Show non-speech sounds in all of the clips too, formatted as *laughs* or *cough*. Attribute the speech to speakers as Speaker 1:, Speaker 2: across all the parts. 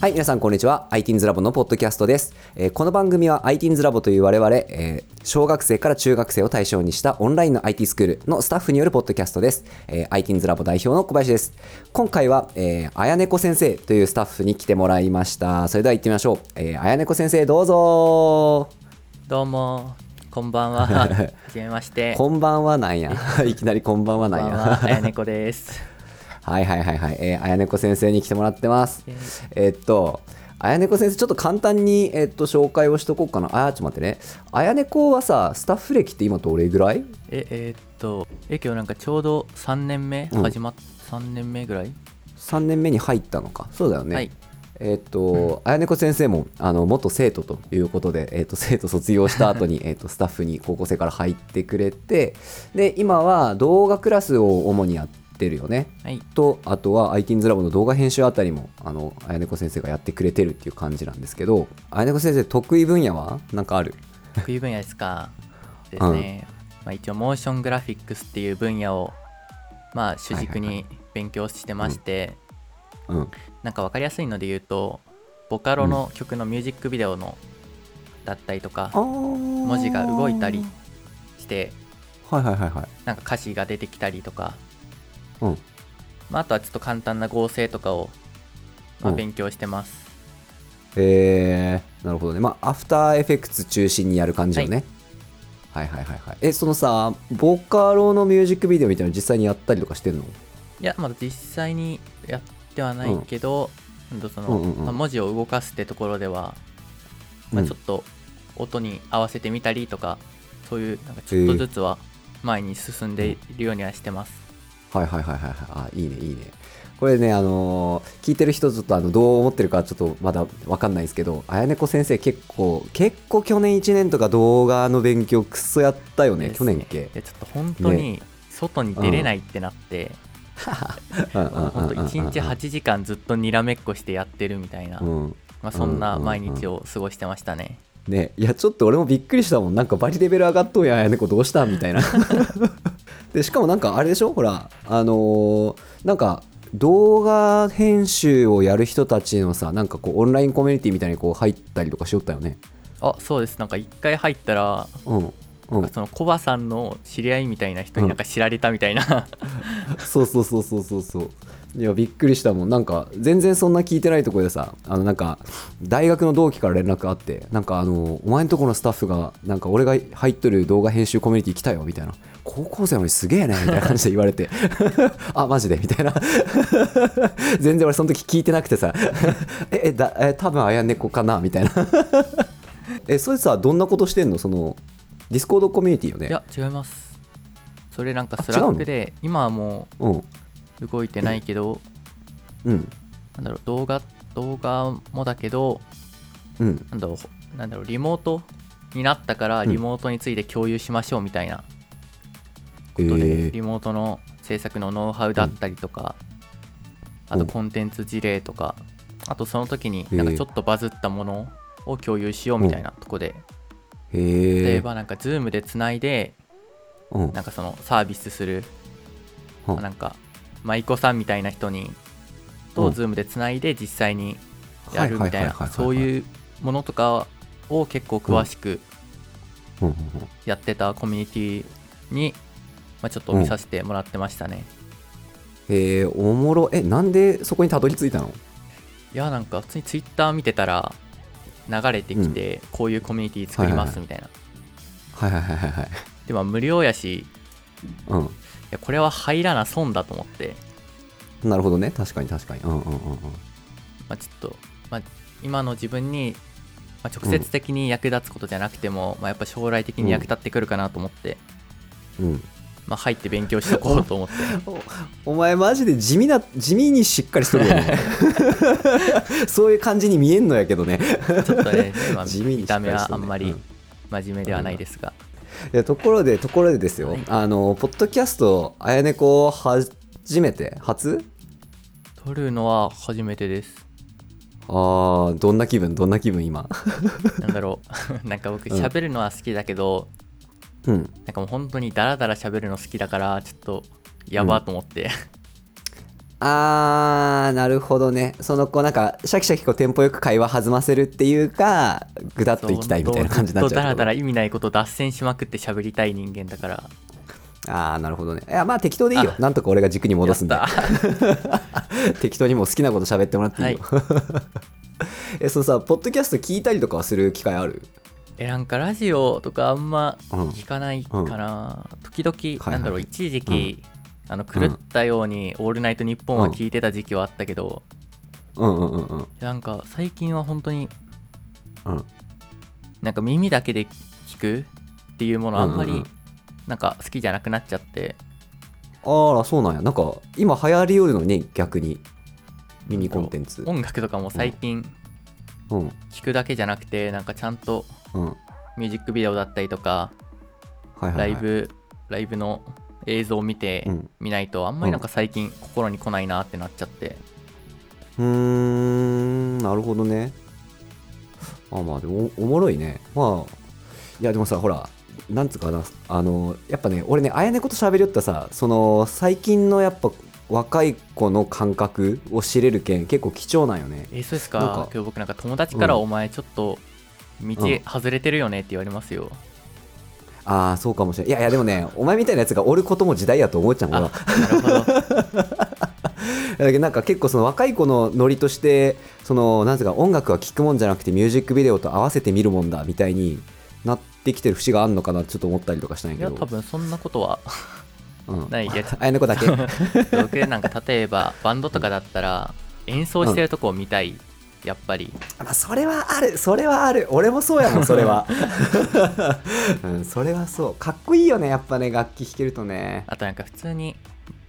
Speaker 1: はい、皆さんこんにちは。ITINS ラボのポッドキャストです。えーこの番組は ITINS ラボという我々、えー小学生から中学生を対象にしたオンラインの IT スクールのスタッフによるポッドキャストです。えー、ITINS ラボ代表の小林です。今回は、えー、あやねこ先生というスタッフに来てもらいました。それでは行ってみましょう。えー、あやねこ先生どうぞ
Speaker 2: どうもこんば
Speaker 1: *laughs*
Speaker 2: んははじめまして
Speaker 1: こんばんはなん
Speaker 2: *laughs*
Speaker 1: や。いきなりこんばんは
Speaker 2: こ
Speaker 1: なん
Speaker 2: ばん
Speaker 1: や。
Speaker 2: はあやねこです
Speaker 1: *laughs* はいはいはいはい、えー、あやねこ先生に来てもらってます
Speaker 2: イエイ。
Speaker 1: えーっと、あやねこ先生、ちょっと簡単に、えーっと紹介をしとこうかな。あー、ちょっと待ってね。あやねこはさ、スタッフ歴って今どれぐらい
Speaker 2: ええーっとえ今日なんかちょうど3年目
Speaker 1: うん
Speaker 2: 始まっ、3年目ぐらい、
Speaker 1: ?3 年目に入ったのか。そうだよね。
Speaker 2: はい
Speaker 1: えーっと、あやねこ先生もあの元生徒ということで、えーっと生徒卒業した後
Speaker 2: *laughs*
Speaker 1: にえーっとスタッフに高校生から入ってくれて、で、今は動画クラスを主にやってるよね。
Speaker 2: はい
Speaker 1: とあとは ITINS ラボの動画編集あたりもあのあやねこ先生がやってくれてるっていう感じなんですけどあやねこ先生得意分野はなんかある
Speaker 2: 得意分野です
Speaker 1: *laughs*
Speaker 2: かですね、まあ、一応モーショングラフィックスっていう分野をまあ主軸
Speaker 1: はいはい
Speaker 2: に勉強してまして、
Speaker 1: うん
Speaker 2: なんか分かりやすいので言うとボカロの曲のミュージックビデオの、だったりとか
Speaker 1: 文
Speaker 2: 文字が動いたりして
Speaker 1: はいはいはいはい
Speaker 2: なんか歌詞が出てきたりとか
Speaker 1: うん
Speaker 2: まあ、あとはちょっと簡単な合成とかを、まあ、
Speaker 1: うん
Speaker 2: 勉強してます、
Speaker 1: えー、なるほどねまあアフターエフェクツ中心にやる感じよね、はい、はいはいはいえそのさボカロのミュージックビデオみたいなの実際にやったりとかしてんの
Speaker 2: いやまだ実際にやってはないけど、うんとその
Speaker 1: うんうんうん
Speaker 2: まあ、文字を動かすってところでは、まあ、ちょっと音に合わせてみたりとかそういうなんかちょっとずつは前に進んでいるようにはしてます、
Speaker 1: はいはいはいはいはいあいいねいいねこれねあのー聞いてる人ちょっとあのどう思ってるかちょっとまだわかんないですけどあやねこ先生結構結構去年1年とか動画の勉強クソやったよね
Speaker 2: です
Speaker 1: 去年っけ
Speaker 2: いやちょっと本当に外に出れないってなって、 *laughs* 本当1日8時間ずっとにらめっこしてやってるみたいな、
Speaker 1: うん
Speaker 2: まあ、そんな毎日を過ごしてましたね、
Speaker 1: ねいやちょっと俺もびっくりしたもんなんかバリレベル上がっとんやあやねこどうしたみたい *laughs* なでしかもなんかあれでしょほらあのーなんか動画編集をやる人たちのさなんかこうオンラインコミュニティみたいにこう入ったりとかしよったよね
Speaker 2: あそうですなんか一回入ったら
Speaker 1: うんうん
Speaker 2: そのコバさんの知り合いみたいな人になんか知られたみたいな、
Speaker 1: そうそうそうそうそうそういやびっくりしたもんなんか全然そんな聞いてないところでさあのなんか大学の同期から連絡あってなんかあのお前んとこのスタッフがなんか俺が入っとる動画編集コミュニティ来たよみたいな高校生なのにすげえねみたいな感じで言われて *laughs* あマジでみたいな *laughs* 全然俺その時聞いてなくてさ *laughs* ええだえ多分あやねこかなみたいな *laughs* えそれさどんなことしてんのそのディスコードコミュニティよね
Speaker 2: いや違いますそれなんか
Speaker 1: あ
Speaker 2: スラックで今はも
Speaker 1: うん
Speaker 2: う動いてないけど、
Speaker 1: うん
Speaker 2: なんだろう動画動画もだけど
Speaker 1: うん
Speaker 2: なんだろうほなんだろうリモートになったから
Speaker 1: うん
Speaker 2: リモートについて共有しましょうみたいなことで、
Speaker 1: えー
Speaker 2: リモートの制作のノウハウだったりとか、
Speaker 1: うん
Speaker 2: あ
Speaker 1: う
Speaker 2: と
Speaker 1: ん
Speaker 2: コンテンツ事例とかあとその時に
Speaker 1: えー
Speaker 2: なんかちょっとバズったものを共有しようみたいなとこで、
Speaker 1: へー
Speaker 2: 例えばなんか Zoom でつないで
Speaker 1: うん
Speaker 2: なんかそのサービスする、
Speaker 1: うん
Speaker 2: なんか舞妓さんみたいな人に
Speaker 1: う
Speaker 2: と
Speaker 1: ん
Speaker 2: Zoom でつないで実際にやるみたい
Speaker 1: ははははは
Speaker 2: なそういうものとかを結構詳しく
Speaker 1: うんうんうん
Speaker 2: やってたコミュニティに、まあ、ちょっと見させてもらってましたね、
Speaker 1: へえおもろえなんでそこにたどり着いたの
Speaker 2: いやなんか普通に Twitter 見てたら流れてきて、こういうコミュニティ作りますみたいな、
Speaker 1: はいはいはいはいはい
Speaker 2: でも無料やしい
Speaker 1: うん
Speaker 2: やこれは入らな損だと思って、
Speaker 1: なるほどね確かに確かにうんうんうんうん
Speaker 2: まあ、ちょっと、まあ、今の自分に、まあ、直接的に役立つことじゃなくても、まあ、やっぱ将来的に役立ってくるかなと思って、
Speaker 1: うん、
Speaker 2: まあ、入って勉強しとこうと思って
Speaker 1: *laughs* おお前マジで地味な地味にしっかりしとるよね *laughs* そういう感じに見えんのやけどね
Speaker 2: ちょっとね、まあ、
Speaker 1: 地味に
Speaker 2: 見た目はあんま
Speaker 1: しっ
Speaker 2: り
Speaker 1: かりし
Speaker 2: 真面目ではないですが、
Speaker 1: いやところでところでですよ、
Speaker 2: はい
Speaker 1: あのポッドキャストあやねこ初めて初
Speaker 2: 撮るのは初めてです
Speaker 1: あーどんな気分どんな気分今
Speaker 2: なんだろう *laughs* なんか僕
Speaker 1: うん
Speaker 2: 喋るのは好きだけど、
Speaker 1: うん
Speaker 2: *laughs* なんかもう本当にダラダラ喋るの好きだからちょっとやばと思って、
Speaker 1: あーなるほどねそのこうなんかシャキシャキこうテンポよく会話弾ませるっていうかぐだっといきたいみたいな感じになっちゃう
Speaker 2: そうずとだらだら意味ないこと脱線しまくって喋りたい人間だから
Speaker 1: ああなるほどねいやまあ適当でいいよなんとか俺が軸に戻すんで
Speaker 2: やった *laughs*
Speaker 1: *laughs* 適当にもう好きなこと喋ってもらっていいよ、 *laughs* えそのさポッドキャスト聞いたりとかはする機会ある
Speaker 2: えなんかラジオとかあんま
Speaker 1: うん
Speaker 2: 聞かないかな、時
Speaker 1: はい
Speaker 2: 々なんだろう、一時期、あの狂ったように「オールナイトニッポン」は聞いてた時期はあったけど、
Speaker 1: うんうんうんうん
Speaker 2: なんか最近は本当に
Speaker 1: うん
Speaker 2: なんか耳だけで聞くっていうものあんま
Speaker 1: うんうんう
Speaker 2: り
Speaker 1: ん
Speaker 2: なんか好きじゃなくなっちゃって、
Speaker 1: あらそうなんやなんか今流行りよるのに逆に耳コンテンツ
Speaker 2: 音楽とかも最近
Speaker 1: うん
Speaker 2: 聞くだけじゃなくてなんかちゃんと
Speaker 1: うんはい
Speaker 2: ミュージックビデオだったりとか
Speaker 1: はい、はい、
Speaker 2: ライブ、ライブの映像を見て
Speaker 1: うん
Speaker 2: 見ないとあんまりなんか最近心に来ないなってなっちゃって、
Speaker 1: うーんなるほどねあまあでもおおもろいねまあいやでもさほらなんつうかなあのやっぱね俺ねあやねこと喋りよったさその最近のやっぱ若い子の感覚を知れるけん結構貴重なんよね
Speaker 2: えそうですか
Speaker 1: なんか
Speaker 2: 今日僕なんか友達から
Speaker 1: うん
Speaker 2: お前ちょっと道
Speaker 1: うん
Speaker 2: 外れてるよねって言われますよ、
Speaker 1: ああそうかもしれないいやいやでもねお前みたいなやつがおることも時代やと思っちゃう
Speaker 2: あ
Speaker 1: 俺は
Speaker 2: なるほど
Speaker 1: だけどなんか結構その若い子のノリとしてそのなんていうか音楽は聴くもんじゃなくてミュージックビデオと合わせて見るもんだみたいになってきてる節があるのかなってちょっと思ったりとかしたんや
Speaker 2: い
Speaker 1: け
Speaker 2: や
Speaker 1: ど
Speaker 2: 多分そんなことは
Speaker 1: うん、
Speaker 2: ないやつ
Speaker 1: あやの子だ
Speaker 2: *laughs*
Speaker 1: け
Speaker 2: 僕なんか例え *laughs* ばバンドとかだったら演奏してるとこを見たいやっぱり
Speaker 1: まあそれはあるそれはある俺もそうや
Speaker 2: *laughs*
Speaker 1: もんそれは、 *laughs* うん、それはそうかっこいいよねやっぱね楽器弾けるとね
Speaker 2: あとなんか普通に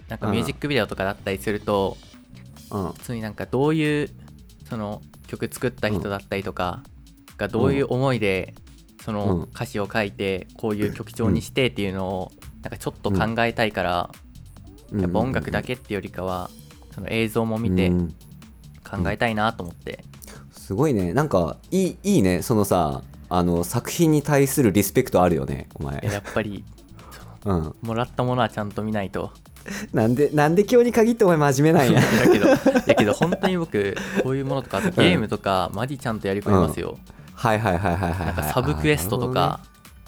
Speaker 2: なんかミュージックビデオとかだったりすると、
Speaker 1: うん
Speaker 2: 普通になんかどういうその曲作った人だったりとかがどういう思いでそ
Speaker 1: うん
Speaker 2: の歌詞を書いてこういう曲調にしてっていうのをなんかちょっと考えたいからやっぱ音楽だけってよりかはその映像も見て
Speaker 1: うん
Speaker 2: 考えたいなと思って
Speaker 1: すごいねなんかいいいいねそのさあの作品に対するリスペクトあるよねお前
Speaker 2: えやっぱりその
Speaker 1: うん
Speaker 2: もらったものはちゃんと見ないと
Speaker 1: なんでなんで今日に限ってお前真面目
Speaker 2: *laughs*
Speaker 1: なんや
Speaker 2: だけど、だけど本当に僕、こういうものとか、
Speaker 1: *laughs*
Speaker 2: あとゲームとか、マジちゃんとやり込みますよ。
Speaker 1: はいはいはいはいはいはい。
Speaker 2: なんかサブクエストとか、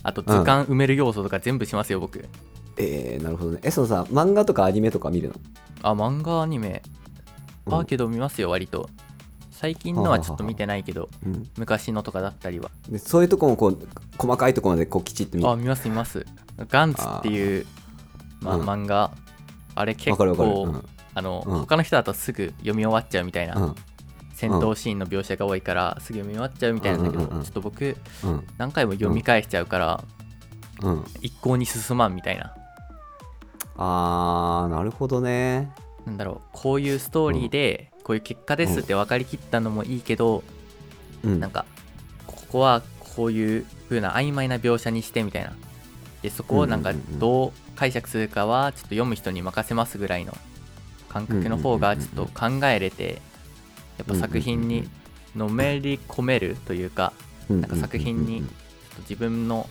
Speaker 2: あと図鑑埋める要素とか全部しますよ、
Speaker 1: あ。
Speaker 2: 僕。
Speaker 1: なるほどねえー、なるほどね。え、そのさ、漫画とかアニメとか見るの
Speaker 2: あ、漫画、アニメ。
Speaker 1: うん
Speaker 2: あ、けど見ますよ、割と。最近のはちょっと見てないけど、
Speaker 1: うん、
Speaker 2: 昔のとかだったりは。
Speaker 1: でそういうとこもこう、細かいとこまでこうきちっと見
Speaker 2: あ、見ます、見ます。ガンツっていう、まあ、
Speaker 1: うん
Speaker 2: 漫画。あれ結
Speaker 1: わかるわかる。うん
Speaker 2: 構、あの、
Speaker 1: うん
Speaker 2: 他の人だとすぐ読み終わっちゃうみたいな、戦
Speaker 1: う
Speaker 2: 闘シーンの描写が多いから、すぐ読み終わっちゃうみたいなんだけど、
Speaker 1: うんうんうんうん
Speaker 2: ちょっと僕、
Speaker 1: うん
Speaker 2: 何回も読み返しちゃうから、
Speaker 1: うんうん。
Speaker 2: 一向に進まんみたいな
Speaker 1: あー、なるほどね。
Speaker 2: なんだろうこういうストーリーでこういう結果ですって分かりきったのもいいけど、
Speaker 1: うん。
Speaker 2: なんかここはこういう風な曖昧な描写にしてみたいなでそこをなんか
Speaker 1: うんうんうんうん
Speaker 2: どう解釈するかはちょっと読む人に任せますぐらいの感覚の方がちょっと考えれてやっぱ作品にのめり込めるというか
Speaker 1: うううう
Speaker 2: なんか作品にちょっと自分の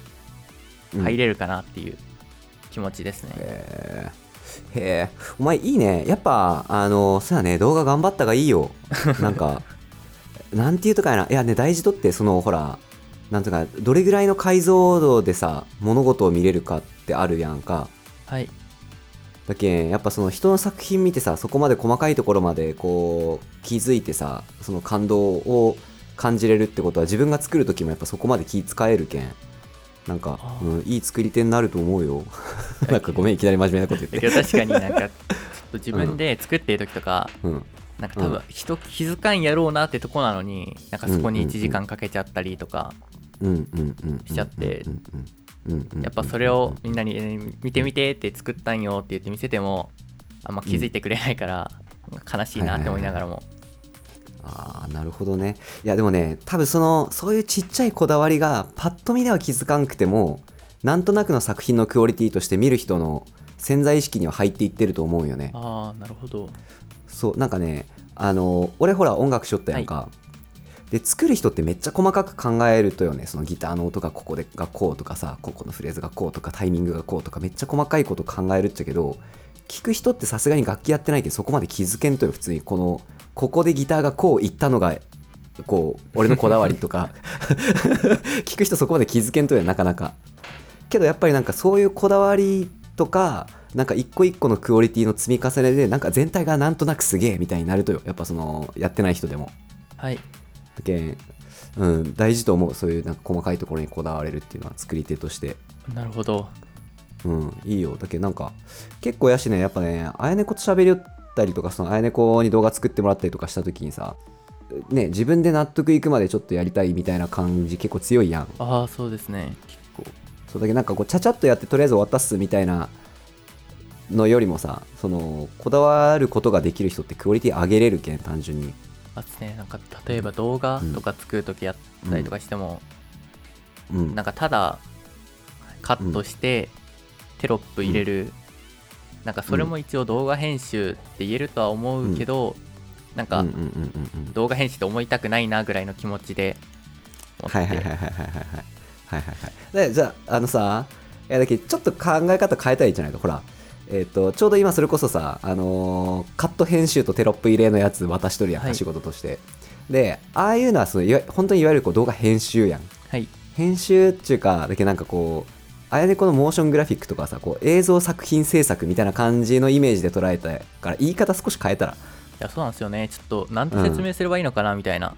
Speaker 2: 入れるかなっていう気持ちですね。
Speaker 1: へーへえ、お前いいね。やっぱ、あの、そうやね、動画頑張ったがいい
Speaker 2: *laughs*
Speaker 1: よ。なんか、なんていうとかやな。いやね、大事とって、その、ほら、なんとか、どれぐらいの解像度でさ、物事を見れるかってあるやんか。
Speaker 2: はい
Speaker 1: だけんやっぱその人の作品見てさそこまで細かいところまでこう気づいてさその感動を感じれるってことは自分が作る時もやっぱそこまで気使えるけんなんか
Speaker 2: あ、ー
Speaker 1: うん、いい作り手になると思う
Speaker 2: *laughs*
Speaker 1: よなんかごめんいきなり真面目なこと言って
Speaker 2: だけど確かになんかちょっと自分で作ってる時とか、
Speaker 1: うん
Speaker 2: なんか多分人気づかんやろうなってとこなのになんかそこ
Speaker 1: うん
Speaker 2: に
Speaker 1: うんうん
Speaker 2: 1時間かけちゃったりとか、
Speaker 1: うんうんうんうん
Speaker 2: しちゃって
Speaker 1: うんうんうんうん
Speaker 2: やっぱそれをみんなに、えー見てみてって作ったんよって言って見せてもあんま気づいてくれないから、悲しいなって思いながらも、
Speaker 1: ああなるほどねいやでもね多分そのそういうちっちゃいこだわりがパッと見では気づかんくてもなんとなくの作品のクオリティとして見る人の潜在意識には入っていってると思うよね
Speaker 2: ああなるほど
Speaker 1: そうなんかねあの俺ほら音楽しよったやんか、で作る人ってめっちゃ細かく考えるとよねそのギターの音がここでがこうとかさここのフレーズがこうとかタイミングがこうとかめっちゃ細かいこと考えるっちゃけど聞く人ってさすがに楽器やってないけどそこまで気づけんとよ普通にこのここでギターがこういったのがこう俺のこだわりとか聞く人そこまで気づけんとよなかなかけどやっぱりなんかそういうこだわりとかなんか一個一個のクオリティの積み重ねでなんか全体がなんとなくすげえみたいになるとよやっぱそのやってない人でも
Speaker 2: はい
Speaker 1: だけんうん、大事と思うそういうなんか細かいところにこだわれるっていうのは作り手として
Speaker 2: なるほど
Speaker 1: うん、いいよ。だけどなんか、結構やしね、やっぱね、あやねこと喋りよったりとか、そのあやねこに動画作ってもらったりとかした時にさ、ね、自分で納得いくまでちょっとやりたいみたいな感じ結構強いやん。
Speaker 2: ああそうですね
Speaker 1: そうだけどなんかこう、ちゃちゃっとやってとりあえず渡すみたいなのよりもさ、その、こだわることができる人ってクオリティ上げれるけん、単純に。
Speaker 2: あとねなんか例えば動画とか作るときやったりとかしても、
Speaker 1: うん。
Speaker 2: なんかただカットしてテロップ入れる、なんかそれも一応動画編集って言えるとは思うけど、なんか
Speaker 1: うんうんうんうんうん。
Speaker 2: 動画編集って思いたくないなぐらいの気持ちで思って
Speaker 1: はいはいはいはいはいはいはいはいはいでじゃああのさいやだけどちょっと考え方変えたらいいんじゃないかほらえっ、とちょうど今それこそさあのーカット編集とテロップ入れのやつ渡しとるやんか、
Speaker 2: はい
Speaker 1: 仕事としてでああいうのはそのいわ本当にいわゆるこう動画編集やん
Speaker 2: はい
Speaker 1: 編集っていうかだけどなんかこうあやねこのモーショングラフィックとかさこう映像作品制作みたいな感じのイメージで捉えたから言い方少し変えたら
Speaker 2: いやそうなんですよねちょっと何て説明すればいいのかなみたいな、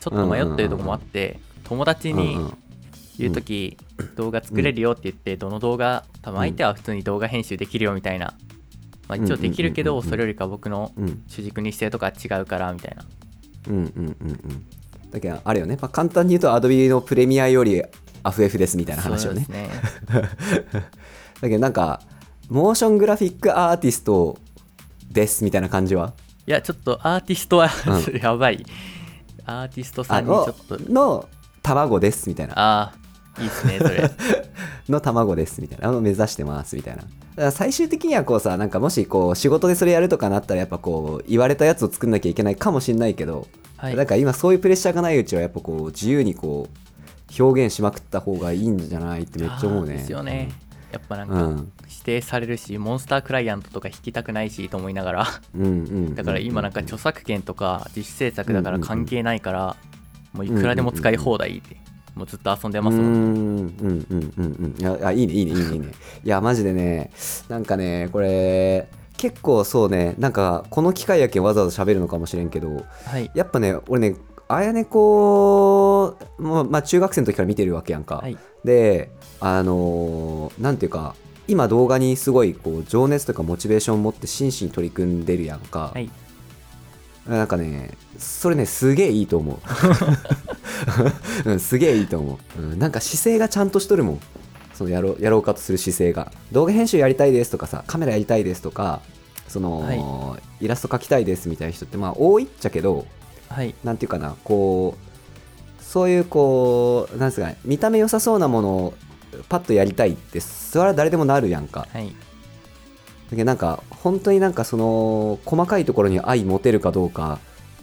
Speaker 2: ちょっと迷ってるとこもあって、友達
Speaker 1: うんう
Speaker 2: に
Speaker 1: ん
Speaker 2: 言う時、動画作れるよって言ってどの動画多分相手は普通に動画編集できるよみたいな、まあ、一応できるけ
Speaker 1: うん
Speaker 2: ど
Speaker 1: うんうんうんうん
Speaker 2: それよりか僕の
Speaker 1: うん
Speaker 2: 主軸にしてるとか違うからみたいな
Speaker 1: うんうんうんうんだけどあれよね、まあ、簡単に言うと Adobe のプレミアより FF ですみたいな話
Speaker 2: そ
Speaker 1: を
Speaker 2: う
Speaker 1: ね
Speaker 2: ですね
Speaker 1: だけどなんかモーショングラフィックアーティストですみたいな感じはい
Speaker 2: やちょっとアーティストは
Speaker 1: う
Speaker 2: やばいアーティストさ
Speaker 1: あ
Speaker 2: んにちょ
Speaker 1: の
Speaker 2: っと
Speaker 1: の卵ですみたいな
Speaker 2: ああいいっす
Speaker 1: *laughs*
Speaker 2: ねそれ
Speaker 1: の卵ですみたいなのを目指してますみたいなだから最終的にはこうさなんかもしこう仕事でそれやるとかなったらやっぱこう言われたやつを作んなきゃいけないかもしんないけど、
Speaker 2: はい
Speaker 1: なんか今そういうプレッシャーがないうちはやっぱこう自由にこう表現しまくった方がいいんじゃないってめっちゃ思う
Speaker 2: あ
Speaker 1: ね
Speaker 2: ーですよねやっぱなんか
Speaker 1: うん
Speaker 2: 指定されるしモンスタークライアントとか引きたくないしと思いながら
Speaker 1: うんうん
Speaker 2: だから今なんか著作権とか自主制作だから関係ないからもうい
Speaker 1: んうん
Speaker 2: くらでも使い放題ってもうずっと遊んでます
Speaker 1: うー
Speaker 2: もん
Speaker 1: んうんうんうんうんいやあいいねいいねいいねいいねいやマジでねなんかねこれ結構そうねなんかこの機会やけんわざわざ喋るのかもしれんけど
Speaker 2: はい
Speaker 1: やっぱね俺ねあやねこもまあ中学生の時から見てるわけやんか、
Speaker 2: はい
Speaker 1: であのーなんていうか今動画にすごいこう情熱とかモチベーションを持って真摯に取り組んでるやんか、
Speaker 2: はい
Speaker 1: なんかね、それね、すげえいいと思
Speaker 2: *laughs*
Speaker 1: う。うん、すげえいいと思う、うん。なんか姿勢がちゃんとしとるもん。そのやろうやろうかとする姿勢が。動画編集やりたいですとかさ、カメラやりたいですとか、その、イラスト描きたいですみたいな人って、まあ、多いっちゃけど、
Speaker 2: はい
Speaker 1: なんていうかな、こう、そういう、こう、なんですかね、見た目良さそうなものを、パッとやりたいって、それは誰でもなるやんか。
Speaker 2: はい
Speaker 1: だけどなんか、本当になんかその、細かいところに愛持てるかどうか、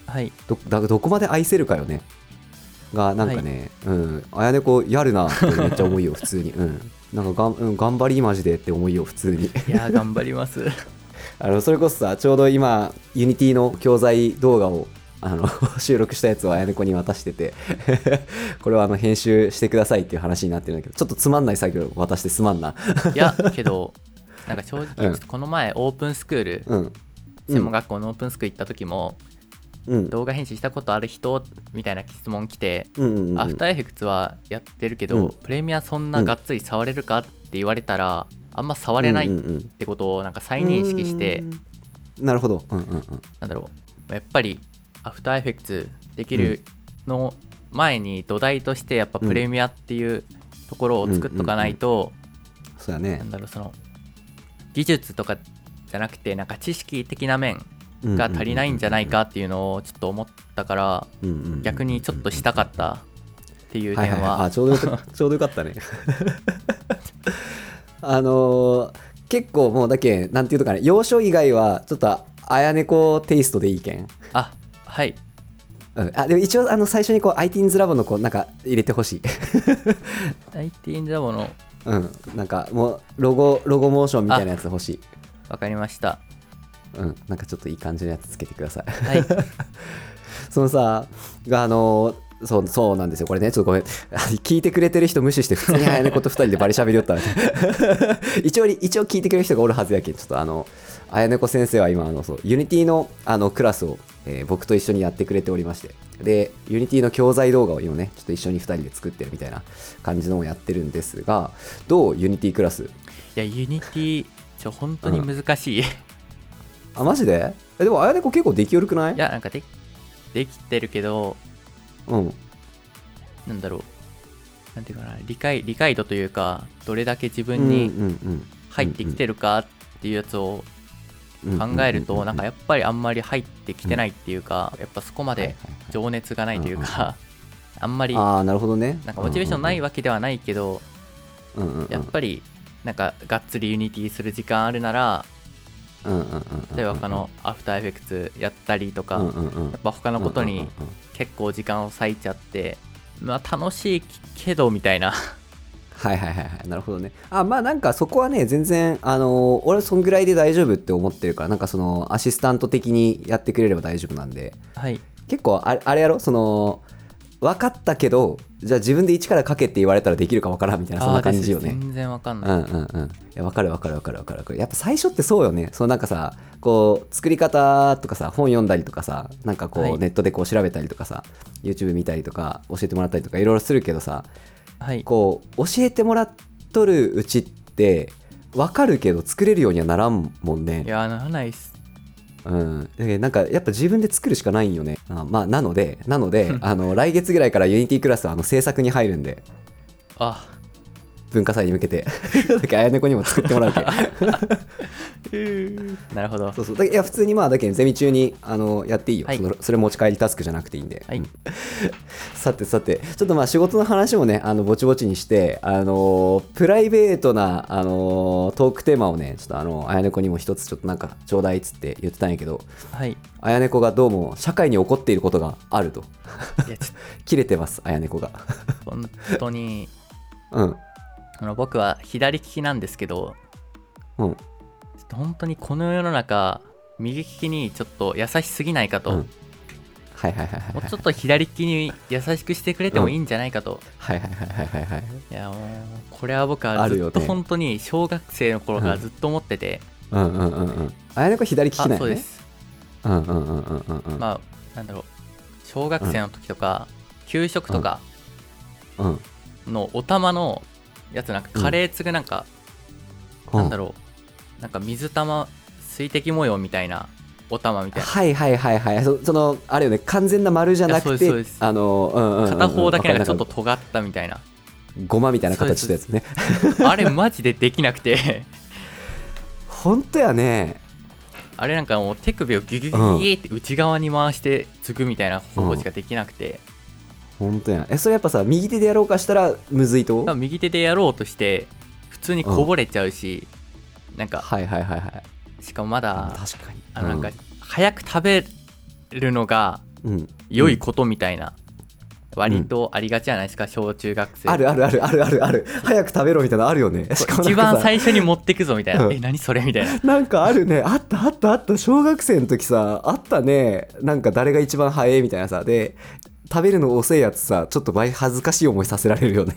Speaker 2: はい
Speaker 1: どだどこまで愛せるかよねがなんかね、うんあやねこやるなってめっちゃ思いよ普通にうんなんかがん、うん、頑張りマジでって思いよ普通に
Speaker 2: いやー頑張ります
Speaker 1: あのそれこそさちょうど今ユニティの教材動画をあの *laughs* 収録したやつをあやねこに渡して *laughs* てこれはあの編集してくださいっていう話になってるんだけどちょっとつまんない作業を渡してすまんな
Speaker 2: いやけどなんか正直ち
Speaker 1: う
Speaker 2: ょ
Speaker 1: ん
Speaker 2: っとこの前オープンスクール
Speaker 1: うん
Speaker 2: 専門学校のオープンスクール行った時も
Speaker 1: うん
Speaker 2: 動画編集したことある人みたいな質問来て
Speaker 1: うんうんうん
Speaker 2: アフターエフェクツはやってるけど、
Speaker 1: うん
Speaker 2: プレミアそんながっつり触れるかって言われたら、あんま触れない
Speaker 1: うん
Speaker 2: っ
Speaker 1: うんうん
Speaker 2: てことをなんか再認識して、
Speaker 1: うんなるほどうんうんうん
Speaker 2: なんだろうやっぱりアフターエフェクツできるの前に土台としてやっぱプレミアっていうところを作っとかないと、
Speaker 1: そうだね
Speaker 2: なんだろうその技術とかじゃなくてなんか知識的な面が足りないんじゃないかっていうのをちょっと思ったから、
Speaker 1: うんうんうん
Speaker 2: 逆にちょっとしたかったっていう
Speaker 1: はいはい
Speaker 2: 点
Speaker 1: はい、あ
Speaker 2: は
Speaker 1: ちょうどよか
Speaker 2: *laughs*
Speaker 1: ちょうどよかったね *laughs* あのー結構もうだけなんていうのかね幼少以外はちょっとあやねこテイストでいいけん、
Speaker 2: あはい
Speaker 1: うん、あでも一応あの最初にこう ITINS ラボのこうなんか入れてほしい *laughs*
Speaker 2: 大体インジャボの
Speaker 1: うんなんかもうロゴロゴモーションみたいなやつ欲しい
Speaker 2: わかりま
Speaker 1: *laughs*
Speaker 2: した。
Speaker 1: うん、なんかちょっといい感じのやつつけてください。
Speaker 2: はい。
Speaker 1: そのさ、があのそう、そうなんですよ。これね、ちょっとごめん。 *laughs* 聞いてくれてる人無視して、普通にあやねこと2人でバリ喋りよったら、ね、 *laughs* 一応、一応聞いてくれる人がおるはずやけん、ちょっとあの、あやねこ先生は今、あの、そう、ユニティの、あの、クラスを、えー僕と一緒にやってくれておりまして、で、ユニティの教材動画を今ね、ちょっと一緒に2人で作ってるみたいな感じのをやってるんですが、どうユニティクラス
Speaker 2: いや、ユニティ、ちょ、本当に難
Speaker 1: *laughs*
Speaker 2: しい。い
Speaker 1: あ、マジでえでも、あやねこ結構できよるくない
Speaker 2: や、なんかで、できてるけど、
Speaker 1: うん。
Speaker 2: なんだろう。なんていうかな、理解、理解度というか、どれだけ自分に
Speaker 1: うんうんうん
Speaker 2: 入ってきてるかっていうやつを考える
Speaker 1: ううう
Speaker 2: と、
Speaker 1: う
Speaker 2: なんかやっぱりあんまり入ってきてないっていうか、やっぱそこま
Speaker 1: はいは
Speaker 2: で
Speaker 1: いはい
Speaker 2: 情熱がないという
Speaker 1: うんうんう
Speaker 2: か、あんまり、な
Speaker 1: ああなるほどね
Speaker 2: んかモチベーションないわけではないけど、
Speaker 1: うんうんうん
Speaker 2: やっぱり、なんかがっつりユニティする時間あるなら、
Speaker 1: うんうんうんうん
Speaker 2: 例えば他のアフターエフェクツやったりとか、
Speaker 1: うんうんうん
Speaker 2: やっぱ他のこと
Speaker 1: うんうん
Speaker 2: に
Speaker 1: うん
Speaker 2: 結構時間を割いちゃって、まあ楽しいけどみた
Speaker 1: *laughs*
Speaker 2: いな。
Speaker 1: はいはいはいはいなるほどねあまあなんかそこはね全然あのー俺はそんぐらいで大丈夫って思ってるからなんかそのアシスタント的にやってくれれば大丈夫なんで
Speaker 2: はい。
Speaker 1: 結構あれあれやろその分かったけどじゃあ自分で一から書けって言われたらできるか分からんみたいなそんな
Speaker 2: あー
Speaker 1: 感
Speaker 2: です
Speaker 1: じよね
Speaker 2: 全然わかん
Speaker 1: う
Speaker 2: ない。
Speaker 1: んうんうんいやわかるわかるわかるわかるわかるやっぱ最初ってそうよねそうなんかさこう作り方とかさ本読んだりとかさなんかこう、
Speaker 2: はい
Speaker 1: ネットでこう調べたりとかさ YouTube 見たりとか教えてもらったりとかいろいろするけどさ
Speaker 2: はい。
Speaker 1: こう教えてもらっとるうちってわかるけど作れるようにはならんもんね
Speaker 2: いやー、ならないっす。
Speaker 1: うん、でなんかやっぱ自分で作るしかないんよね。あまあ、なので、なの *laughs* で、あの来月ぐらいからユニティクラスはあの制作に入るんで、 *laughs*
Speaker 2: あ、
Speaker 1: 文化祭に向けて、 *laughs* だからあやねこにも作ってもらうけん
Speaker 2: なるほど。
Speaker 1: そうそうだけいや普通にまあだけどゼミ中にあのやっていいよ、
Speaker 2: はい
Speaker 1: そのそれ持ち帰りタスクじゃなくていいんで、
Speaker 2: はい
Speaker 1: うんさてさてちょっとまあ仕事の話もねあのぼちぼちにしてあのープライベートなあのートークテーマをねちょっとあのあやねこにも一つちょっとなんかちょうだいっつって言ってたんやけど
Speaker 2: はい。
Speaker 1: あやねこがどうも社会に起こっていることがあると
Speaker 2: いや、ち
Speaker 1: 切れてますあやねこが
Speaker 2: ょっと本当に、
Speaker 1: うん
Speaker 2: あの僕は左利きなんですけど、
Speaker 1: うん
Speaker 2: ちょっと本当にこの世の中、右利きにちょっと優しすぎないかと、
Speaker 1: うん
Speaker 2: も
Speaker 1: はいはいはいはいう
Speaker 2: ちょっと左利きに優しくしてくれてもいいんじゃないかと。
Speaker 1: はいはいはいはいはいはい
Speaker 2: いやもうこれは僕
Speaker 1: あ
Speaker 2: は
Speaker 1: る
Speaker 2: ず
Speaker 1: よ
Speaker 2: っと
Speaker 1: ね
Speaker 2: 本当に小学生の頃か
Speaker 1: う
Speaker 2: ら
Speaker 1: ん
Speaker 2: ずっと思ってて、
Speaker 1: うんうんうんうんあやねこ左利きなんや
Speaker 2: あ
Speaker 1: ね
Speaker 2: そうです、
Speaker 1: うんうんうんうんうんうん
Speaker 2: まあなんだろう小学生の時とか、給食とか
Speaker 1: うん
Speaker 2: のお玉のやつなんか
Speaker 1: うん
Speaker 2: カレー粒なんか、なんだろうなんか水玉水滴模様みたいなお玉みたいな
Speaker 1: はいはいはいはいそそのあれよね完全な丸じゃなく
Speaker 2: いや
Speaker 1: て
Speaker 2: そうですそうです
Speaker 1: あの、うんうんうんうん
Speaker 2: 片方だけなんかちょっと
Speaker 1: わ
Speaker 2: 尖ったみ
Speaker 1: *laughs*
Speaker 2: たいな、
Speaker 1: りますごまみたいな形したやつね
Speaker 2: あれマジでできなくて *laughs*
Speaker 1: 本当やね
Speaker 2: あれなんかもう手首をギュギュギュギュって内側に回してつぐみたいな方しかできなくて、
Speaker 1: 本当やえそれやっぱさ右手でやろうかしたらむずいと
Speaker 2: まあ
Speaker 1: はい
Speaker 2: 右手でやろうとして普通にこぼれちゃうし、なんか
Speaker 1: はいはいはい
Speaker 2: しかもまだ
Speaker 1: 確かに
Speaker 2: あのなんか早く食べるのが
Speaker 1: うん
Speaker 2: 良いことみたいな、割とありがちじゃないですか小中学生
Speaker 1: あるあるあるあるあるある早く食べろみたいなのあるよねしかもな
Speaker 2: 一
Speaker 1: んかさ
Speaker 2: 番最初に持ってくぞみたいな、
Speaker 1: うん
Speaker 2: え何それみたいな
Speaker 1: なんかあるねあったあったあった小学生の時さあったねなんか誰が一番早いみたいなさで食べるの遅いやつさちょっと倍恥ずかしい思いさせられるよね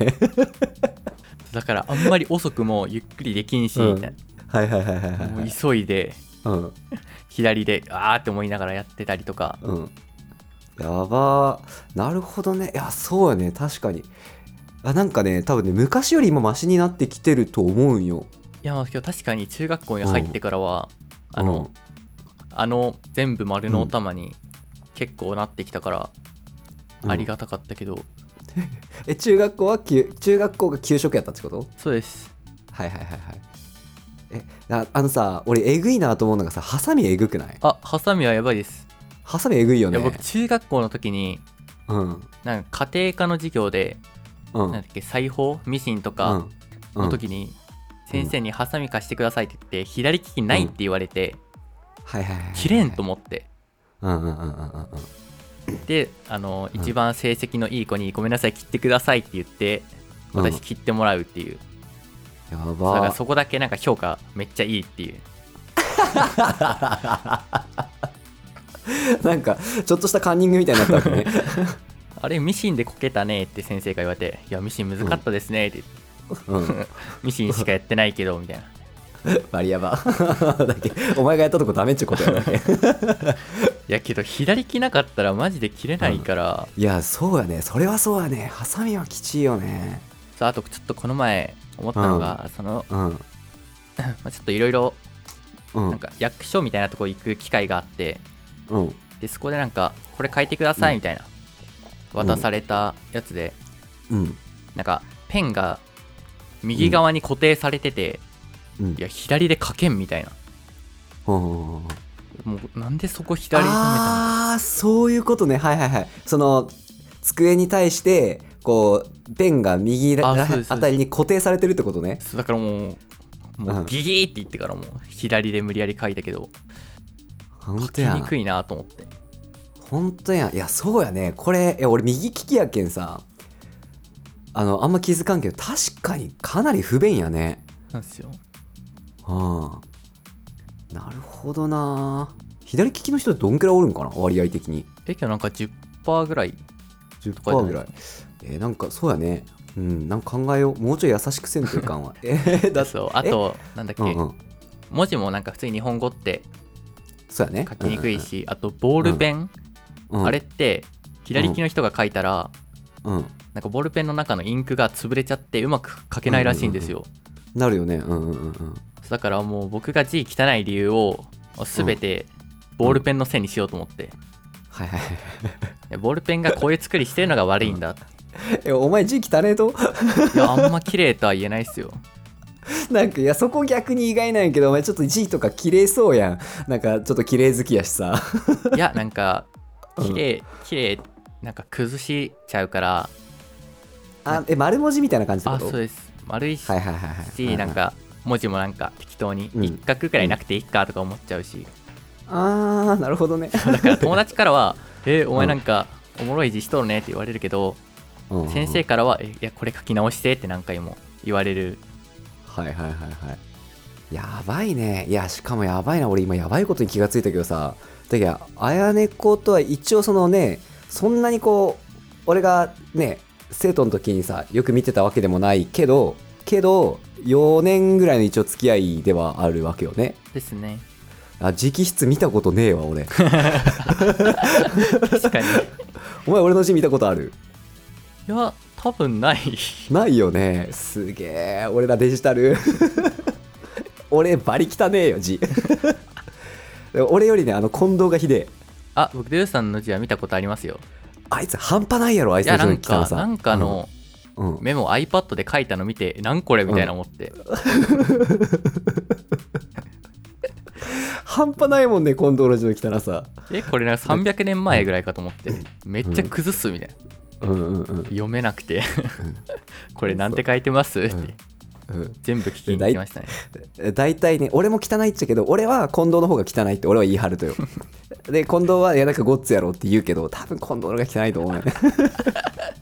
Speaker 2: だからあんまり遅くもゆっくりできんし、
Speaker 1: うん
Speaker 2: みたい
Speaker 1: はいはいはいはいは
Speaker 2: ないも
Speaker 1: は
Speaker 2: う
Speaker 1: い
Speaker 2: 急いで
Speaker 1: うん
Speaker 2: 左であーって思いながらやってたりとか
Speaker 1: うん。やばーなるほどね。いや、そうやね。確かに。あなんかね、多分ね、昔より今マシになってきてると思うんよ。
Speaker 2: いやまあ今日確かに中学校に入ってからは、あの、
Speaker 1: うん
Speaker 2: あの全部丸のお玉に結構なってきたから
Speaker 1: うん
Speaker 2: ありがたかったけど、
Speaker 1: え、中学校はきゅ、中学校が給食やったってこと
Speaker 2: そうです
Speaker 1: はいはいはいはい。え、ああのさ、俺、えぐいなと思うのがさ、ハサミえぐくない
Speaker 2: あハサミはやばいです、
Speaker 1: ハサミえぐいよ
Speaker 2: い
Speaker 1: ね。
Speaker 2: や僕中学校の時に
Speaker 1: うん。
Speaker 2: なんか家庭科の授業で、
Speaker 1: うん。う
Speaker 2: なん
Speaker 1: ん。
Speaker 2: だっけ裁縫ミシンとか
Speaker 1: う
Speaker 2: の
Speaker 1: ん。
Speaker 2: 時に、先生にハサミ貸してくださいって言って左利きないって言われて、
Speaker 1: はいはいはい。
Speaker 2: 切れんと。思って
Speaker 1: うんうんうんうんうんうん。
Speaker 2: であの
Speaker 1: うん
Speaker 2: 一番成績のいい子に「ごめんなさい切ってください」って言って
Speaker 1: うん
Speaker 2: 私切ってもらうっていう、
Speaker 1: や
Speaker 2: だか
Speaker 1: ば
Speaker 2: ら
Speaker 1: ー
Speaker 2: そこだけなんか評価めっちゃいいっていう
Speaker 1: *laughs* なんかちょっとしたカンニングみたいになったわけ
Speaker 2: *laughs*
Speaker 1: ね
Speaker 2: あれミシンでこけたねって先生が言われて「いやミシン難かったです
Speaker 1: *laughs*
Speaker 2: ね」って、
Speaker 1: うん
Speaker 2: ミシンしかやってないけどみたいな
Speaker 1: バリヤバ *laughs* だけお前がやったとこダメっちゅうことやろ
Speaker 2: *laughs*
Speaker 1: ね
Speaker 2: いやけど左利きなかったらマジで切れないから、
Speaker 1: いやそうやねそれはそうやねハサミはきちいよね
Speaker 2: そうあとちょっとこの前思ったのが、その、
Speaker 1: うん
Speaker 2: まあ、ちょっといろいろ
Speaker 1: うん
Speaker 2: なんか役所みたいなとこ行く機会があって
Speaker 1: うん
Speaker 2: でそこでなんかこれ書いてくださいみたいな、渡されたやつで
Speaker 1: うん
Speaker 2: なんかペンが右側に固定されてて、
Speaker 1: うん
Speaker 2: いや左で書けんみたいな
Speaker 1: うん
Speaker 2: もうなんでそこ左に止めたの
Speaker 1: ああそういうことねはいはいはいその机に対してこうペンが右ら
Speaker 2: あそう
Speaker 1: あ
Speaker 2: です
Speaker 1: たりに固定されてるってことね
Speaker 2: そうだからもうも
Speaker 1: う
Speaker 2: うんギギーって言ってからもう左で無理やり書いたけど
Speaker 1: 本
Speaker 2: 書
Speaker 1: 当
Speaker 2: き
Speaker 1: や
Speaker 2: に
Speaker 1: ん
Speaker 2: くいなと思って
Speaker 1: 本当やんいやそうやねこれいや俺右利きやけんさあのあんま気づかんけど確かにかなり不便やね
Speaker 2: なんですよ
Speaker 1: ああなるほどな左利きの人どんくらいおるんかな割合的に
Speaker 2: え今日なんか10%ぐらいとかじゃ
Speaker 1: 10%
Speaker 2: な
Speaker 1: ぐらいえーなんかそうやねうんなんか考えようもうちょい優しくせんといか
Speaker 2: *laughs*
Speaker 1: んわえーだ
Speaker 2: そうあとなんだっけ、
Speaker 1: うんうん
Speaker 2: 文字もなんか普通に日本語って
Speaker 1: そうやね
Speaker 2: 書きにくい、し、あとボールペン、
Speaker 1: うんうん
Speaker 2: あれって左利きの人が書いたら、
Speaker 1: うん
Speaker 2: なんかボールペンの中のインクが潰れちゃってうまく書けないらしいんですよ、
Speaker 1: なるよねうんうんうんうん
Speaker 2: だからもう僕が字汚い理由を全てボールペンのせいにしようと思って、
Speaker 1: はいはいはい
Speaker 2: いやボールペンがこういう作りしてるのが悪いんだ、
Speaker 1: えお前字汚ねえと *laughs*
Speaker 2: いやあんま綺麗とは言えないっすよ
Speaker 1: なんかいやそこ逆に意外なんやけどお前ちょっと字とか綺麗そうやんなんかちょっと綺麗好きやし
Speaker 2: *laughs*
Speaker 1: さ
Speaker 2: いやなんか
Speaker 1: うん
Speaker 2: 綺麗綺麗なんか崩しちゃうから
Speaker 1: あえ丸文字みたいな感じってこ
Speaker 2: あ
Speaker 1: と
Speaker 2: そうです丸いし、
Speaker 1: はいはいはいはいはいはい
Speaker 2: なんか文字もなんか適当に
Speaker 1: うん
Speaker 2: 一画くらいなくていいかとか思っちゃうし、
Speaker 1: あーなるほどね、
Speaker 2: だから友達か
Speaker 1: *laughs*
Speaker 2: らは「えお前なんかおもろい字しとるね」って言われるけど、
Speaker 1: うんうん
Speaker 2: 先生からは「えいやこれ書き直して」って何回も言われる
Speaker 1: はいはいはいはいやばいねいやしかもやばいな俺今やばいことに気がついたけどさだけどあやねことは一応そのねそんなにこう俺がね生徒の時にさよく見てたわけでもないけどけど4年ぐらいの一応付き合いではあるわけよね
Speaker 2: ですね
Speaker 1: あ直筆見たことねえわ俺
Speaker 2: 確かにい
Speaker 1: お前俺の字見たことある
Speaker 2: や多分ない
Speaker 1: ないよねすげえ俺らデジタル俺バリ汚ねえよ字でも俺よりねあの近藤がひでえ
Speaker 2: あ僕デューさんの字は見たことありますよ
Speaker 1: あいつ半端ないやろあい
Speaker 2: い
Speaker 1: つ
Speaker 2: やな
Speaker 1: の
Speaker 2: ん
Speaker 1: 人の汚
Speaker 2: か
Speaker 1: さ
Speaker 2: なんかの
Speaker 1: うんうん
Speaker 2: メモ iPad で書いたの見て何これみたいな思って、
Speaker 1: 半端ないもんね近藤の字の汚さ
Speaker 2: えこれなんか300年前ぐらいかと思ってめっちゃ崩すみたいな
Speaker 1: うんうんうん
Speaker 2: 読めなくて *laughs* これなんて書いてますって
Speaker 1: うん
Speaker 2: 全部聞きに行きましたね
Speaker 1: え大体ね俺も汚いっちゃけど俺は近藤の方が汚いって俺は言い張るとよで近藤はいやなんかゴッツやろって言うけど多分近藤の方が汚いと思うね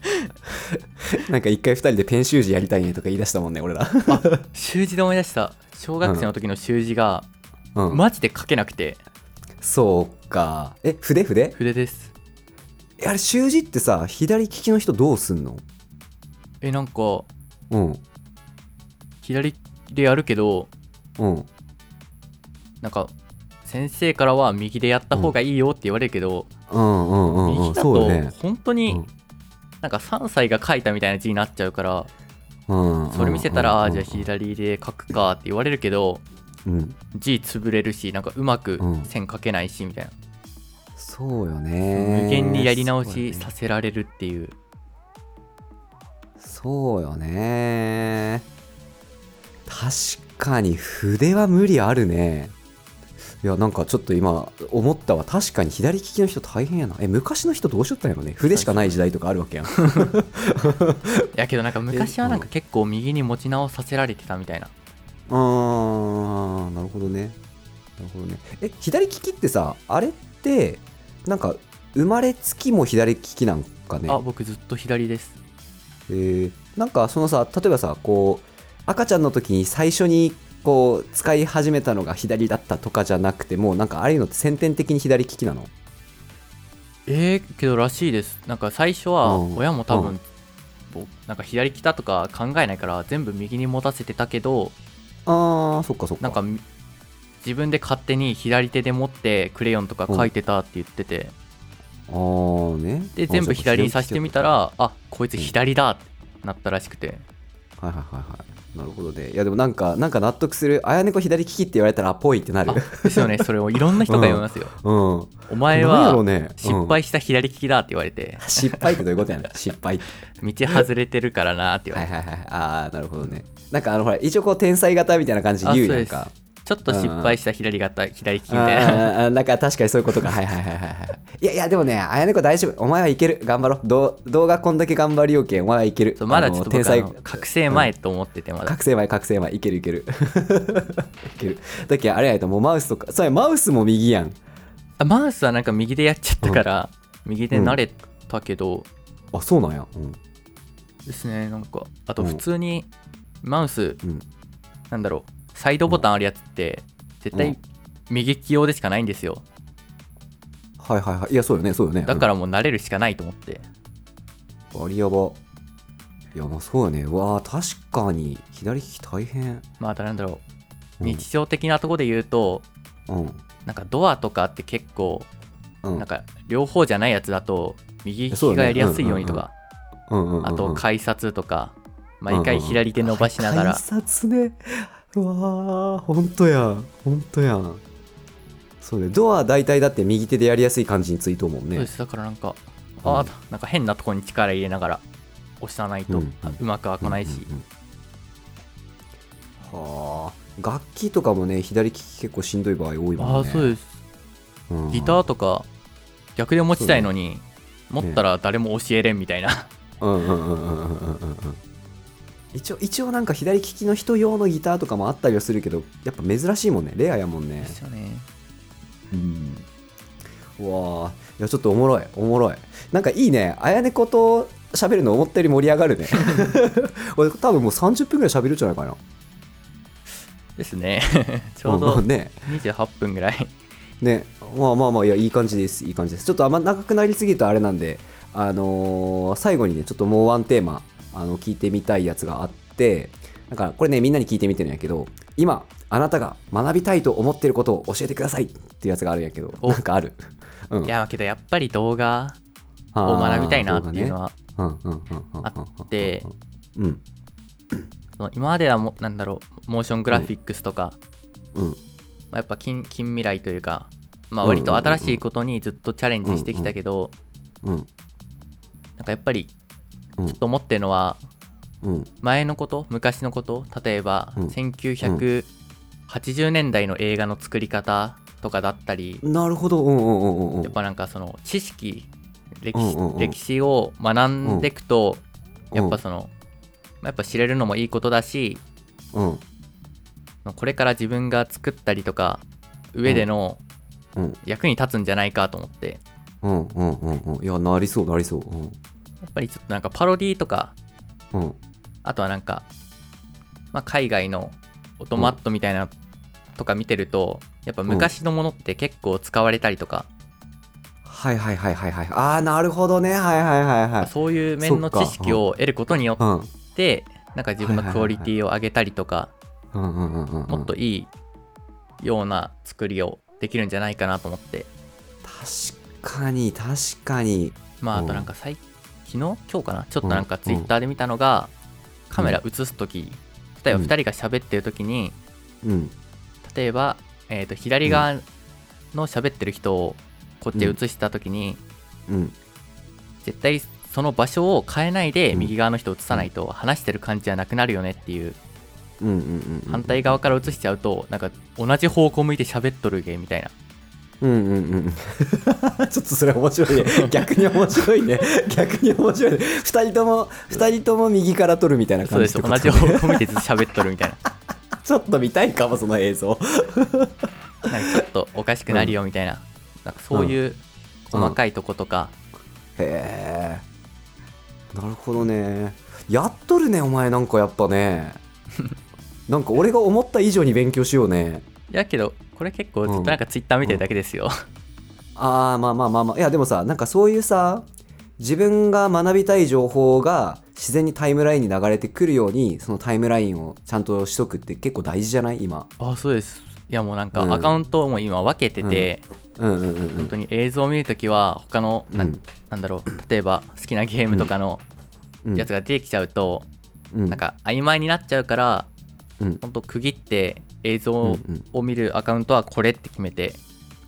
Speaker 2: *laughs*
Speaker 1: なんか一回二人でペン習字やりたいねとか言い出したもんね俺ら
Speaker 2: 習字で思い出した小学生の時の習字が
Speaker 1: うん
Speaker 2: マジで書けなくて
Speaker 1: そうかえ筆筆
Speaker 2: 筆です
Speaker 1: えあれ習字ってさ左利きの人どうすんの
Speaker 2: えなんか
Speaker 1: うん
Speaker 2: 左でやるけど
Speaker 1: うん
Speaker 2: なんか先生からは右でやった方がいいよって言われるけど、
Speaker 1: うんうんうんう
Speaker 2: 右
Speaker 1: ん
Speaker 2: だ
Speaker 1: そう
Speaker 2: と
Speaker 1: だね
Speaker 2: 本当
Speaker 1: う
Speaker 2: に
Speaker 1: ん
Speaker 2: なんか3歳が書いたみたいな字になっちゃうから
Speaker 1: うん
Speaker 2: それ見せた
Speaker 1: うん
Speaker 2: らあー
Speaker 1: うん
Speaker 2: じゃあ左で書くかって言われるけど
Speaker 1: うん
Speaker 2: 字潰れるしなんかうまく
Speaker 1: うん
Speaker 2: 線書けないしみたいな
Speaker 1: そうよね
Speaker 2: 無限にやり直し
Speaker 1: そうよね
Speaker 2: させられるっていう
Speaker 1: そうよね確かに筆は無理あるねいやなんかちょっと今思ったわ確かに左利きの人大変やなえ昔の人どうしよったんやろね筆しかない時代とかあるわけやん
Speaker 2: いやけどなんか昔はなんか結構右に持ち直させられてたみたいな
Speaker 1: あーなるほどねなるほどねえ左利きってさあれってなんか生まれつきも左利きなんかね
Speaker 2: あ僕ずっと左です
Speaker 1: えーなんかそのさ例えばさこう赤ちゃんの時に最初にこう使い始めたのが左だったとかじゃなくてもうなんかああいうのって先天的に左利きなの
Speaker 2: えー、けどらしいですなんか最初は
Speaker 1: うん
Speaker 2: 親も多分、
Speaker 1: うん
Speaker 2: ぼなんか左来たとか考えないから全部右に持たせてたけど
Speaker 1: あーそっかそっか
Speaker 2: なんかみ自分で勝手に左手で持ってクレヨンとか書いてたって言ってて、
Speaker 1: あーね
Speaker 2: で全部左にさしてみたらあこいつ左だってなったらしくて
Speaker 1: はいはいはいはいなるほどねいやでもなんかなんか納得するあやねこ左利きって言われたらあぽいってな
Speaker 2: あ
Speaker 1: る
Speaker 2: ですよねそれをいろんな人が言いますよ、
Speaker 1: うん
Speaker 2: お前
Speaker 1: なんやろ
Speaker 2: は
Speaker 1: うねうん
Speaker 2: 失敗した左利きだって言われて、
Speaker 1: 失敗ってどういうこと
Speaker 2: *laughs*
Speaker 1: やねん失敗って
Speaker 2: 道外れてるからなって言わ
Speaker 1: は
Speaker 2: れ
Speaker 1: い
Speaker 2: て、
Speaker 1: はいはいああなるほどねなんかあのほら一応こう天才型みたいな感じで言うやん
Speaker 2: あ
Speaker 1: か
Speaker 2: そちょっと失敗した左型左利きみ
Speaker 1: あ
Speaker 2: たいな
Speaker 1: ーあーなんか確かにそういうことかはいはいはいはいはいいやいやでもねあやねこ大丈夫お前はいける頑張ろうどう動画こんだけ頑張りよけんお前はいける
Speaker 2: そうまだちょっと
Speaker 1: あの天
Speaker 2: 僕あ
Speaker 1: 才
Speaker 2: の覚醒前と思っててまだ、
Speaker 1: 覚醒前覚醒前いけるいけるいけるだっけあれやともうマウスとかそれマウスも右やん
Speaker 2: あマウスはなんか右でやっちゃったから、右で慣れたけど、
Speaker 1: あそうなんやうん
Speaker 2: ですねなんかあと
Speaker 1: うん
Speaker 2: 普通にマウス、
Speaker 1: うん
Speaker 2: なんだろうサイドボタンあるやつって絶
Speaker 1: う
Speaker 2: 対
Speaker 1: ん
Speaker 2: 右利き用でしかないんですよ
Speaker 1: はいはいはいいやそうよねそうよね、
Speaker 2: だかららもう慣れるしかないと思って、
Speaker 1: うんありやばいやまあそうよねうわー確かに左利き大変
Speaker 2: まああとなんだろう
Speaker 1: うん
Speaker 2: 日常的なとこで言うと、
Speaker 1: うん
Speaker 2: なんかドアとかって結構、
Speaker 1: うん
Speaker 2: なんか両方じゃないやつだと右利
Speaker 1: そう
Speaker 2: き
Speaker 1: だ
Speaker 2: が
Speaker 1: ね
Speaker 2: やりやすいようにとか、
Speaker 1: うんうんうんうん
Speaker 2: あと改札とか
Speaker 1: うんうん
Speaker 2: 毎回左手伸ばしながら、
Speaker 1: 改札ねうわーほんとやほんとやんそうねドア大体だって右手でやりやすい感じについとうもん
Speaker 2: そうで
Speaker 1: ね
Speaker 2: すだからなんか、
Speaker 1: うん
Speaker 2: ああなんか変なとこに力入れながら押さないと
Speaker 1: うん
Speaker 2: うまく開かないし、
Speaker 1: うんうんうんはあ楽器とかもね左利き結構しんどい場合多いもんね
Speaker 2: ああそうです
Speaker 1: うん
Speaker 2: ギターとか逆で持ちたいのに、持ったら誰も教えれんみたいな、
Speaker 1: うんうんうんうんうんうんうん一応一応なんか左利きの人用のギターとかもあったりはするけどやっぱ珍しいもんねレアやもんね
Speaker 2: ですよね
Speaker 1: うんうわあいやちょっとおもろいおもろいなんかいいねあやねこと喋るの思ったより盛り上がる
Speaker 2: *laughs*
Speaker 1: ね俺多分もう30分ぐらい喋るんじゃないかな
Speaker 2: で
Speaker 1: *laughs*
Speaker 2: すねちょうど
Speaker 1: んね
Speaker 2: 28分ぐらい
Speaker 1: ねまあまあまあいやいい感じですいい感じですちょっとあんま長くなりすぎるとあれなんであのー最後にねちょっともうワンテーマあの聞いてみたいやつがあってなんかこれねみんなに聞いてみてるんやけど今あなたが学びたいと思ってることを教えてくださいっていうやつがあるんやけど
Speaker 2: お
Speaker 1: なんかある、うん、
Speaker 2: いやけどやっぱり動画
Speaker 1: あ
Speaker 2: を
Speaker 1: ー
Speaker 2: 学びたいなっていうのは
Speaker 1: そうだねうんうんうんうんうんうんうん
Speaker 2: あって
Speaker 1: うん
Speaker 2: その今まではもなんだろうモーショングラフィックスとか、
Speaker 1: うん
Speaker 2: まあやっぱ近近未来というか、まあ、
Speaker 1: うんうんうん
Speaker 2: 割と新しいことにずっとチャレンジしてきたけど、
Speaker 1: うん
Speaker 2: なんかやっぱり
Speaker 1: うん
Speaker 2: ちょっと思ってるのは
Speaker 1: うん
Speaker 2: 前のこと昔のこと例えば
Speaker 1: うん
Speaker 2: 1980年代の映画の作り方とかだったり、
Speaker 1: なるほどうんうんうんうんうん
Speaker 2: やっぱなんかその知識歴
Speaker 1: うん
Speaker 2: 史,、
Speaker 1: うんうん
Speaker 2: 歴史を学んでいくと、
Speaker 1: うん
Speaker 2: やっぱその、まあやっぱ知れるのもいいことだし
Speaker 1: うん
Speaker 2: これから自分が作ったりとか上での
Speaker 1: うん
Speaker 2: 役に立つんじゃないかと思って
Speaker 1: うんうんうんうんいやなりそうなりそううん
Speaker 2: やっぱりちょっとなんかパロディとか
Speaker 1: うん
Speaker 2: あとはなんか、まあ、海外のオトマットみたいなとか見てると、やっぱ昔のものって結構使われたりとか、
Speaker 1: はいはいはいはいはいああなるほどねはいはいはいはい
Speaker 2: そういう面の知識を得ることによ
Speaker 1: う
Speaker 2: っ
Speaker 1: ん
Speaker 2: て、なんか自分のクオリティを上げたりとか、
Speaker 1: うんうんうんうんうん
Speaker 2: もっといいような作りをできるんじゃないかなと思って、
Speaker 1: 確かに確かに
Speaker 2: まあ、
Speaker 1: う
Speaker 2: あ
Speaker 1: ん
Speaker 2: となんか最昨日今日かなちょっとなんかツイッターで見たのが、カメラ映す時例えば2人が喋ってる時に、
Speaker 1: うん
Speaker 2: 例えば、えー、と左側の喋ってる人をこっちへ移した時に、
Speaker 1: うん
Speaker 2: 絶対その場所を変えないで
Speaker 1: うん
Speaker 2: 右側の人を移さないと話してる感じはなくなるよねっていう
Speaker 1: うんうんうんうん
Speaker 2: 反対側から移しちゃうとなんか同じ方向向いて喋っとるげみたいな
Speaker 1: うんうんうん *laughs* ちょっとそれ面
Speaker 2: *laughs*
Speaker 1: 白いね逆に面白いね逆に面白いね2人とも二人とも右から撮るみたいな
Speaker 2: そう
Speaker 1: 感
Speaker 2: で
Speaker 1: じ
Speaker 2: す
Speaker 1: ってこ
Speaker 2: 同
Speaker 1: と
Speaker 2: じ方向向いてずっと喋っとるみたい *laughs* な
Speaker 1: ちょっと見たいかもその映像
Speaker 2: なんかちょっとおかしくなるよみたいな,、なんかそういう細かいとことか、
Speaker 1: へ
Speaker 2: *laughs*
Speaker 1: えなるほどねやっとるねお前なんかやっぱねなんか俺が思った以上に勉強しようね
Speaker 2: やけどこれ結構
Speaker 1: うん
Speaker 2: ずっとなんかツイッター見てるだけですよ、
Speaker 1: あーまあまあまあまあいやでもさなんかそういうさ自分が学びたい情報が自然にタイムラインに流れてくるようにそのタイムラインをちゃんとしとくって結構大事じゃない今
Speaker 2: あそうですいやもうなんか
Speaker 1: うん
Speaker 2: アカウントも今分けてて、
Speaker 1: うんうんうんう
Speaker 2: 本
Speaker 1: ん
Speaker 2: 当に映像を見るときは他の、な
Speaker 1: うん
Speaker 2: なんだろう例えば好きなゲームとかの
Speaker 1: うん
Speaker 2: やつが出てきちゃうと、
Speaker 1: うん
Speaker 2: なんか曖昧になっちゃうから
Speaker 1: うん
Speaker 2: 本当区切って映
Speaker 1: うんう
Speaker 2: 像
Speaker 1: ん
Speaker 2: を見るアカウントはこれって決めて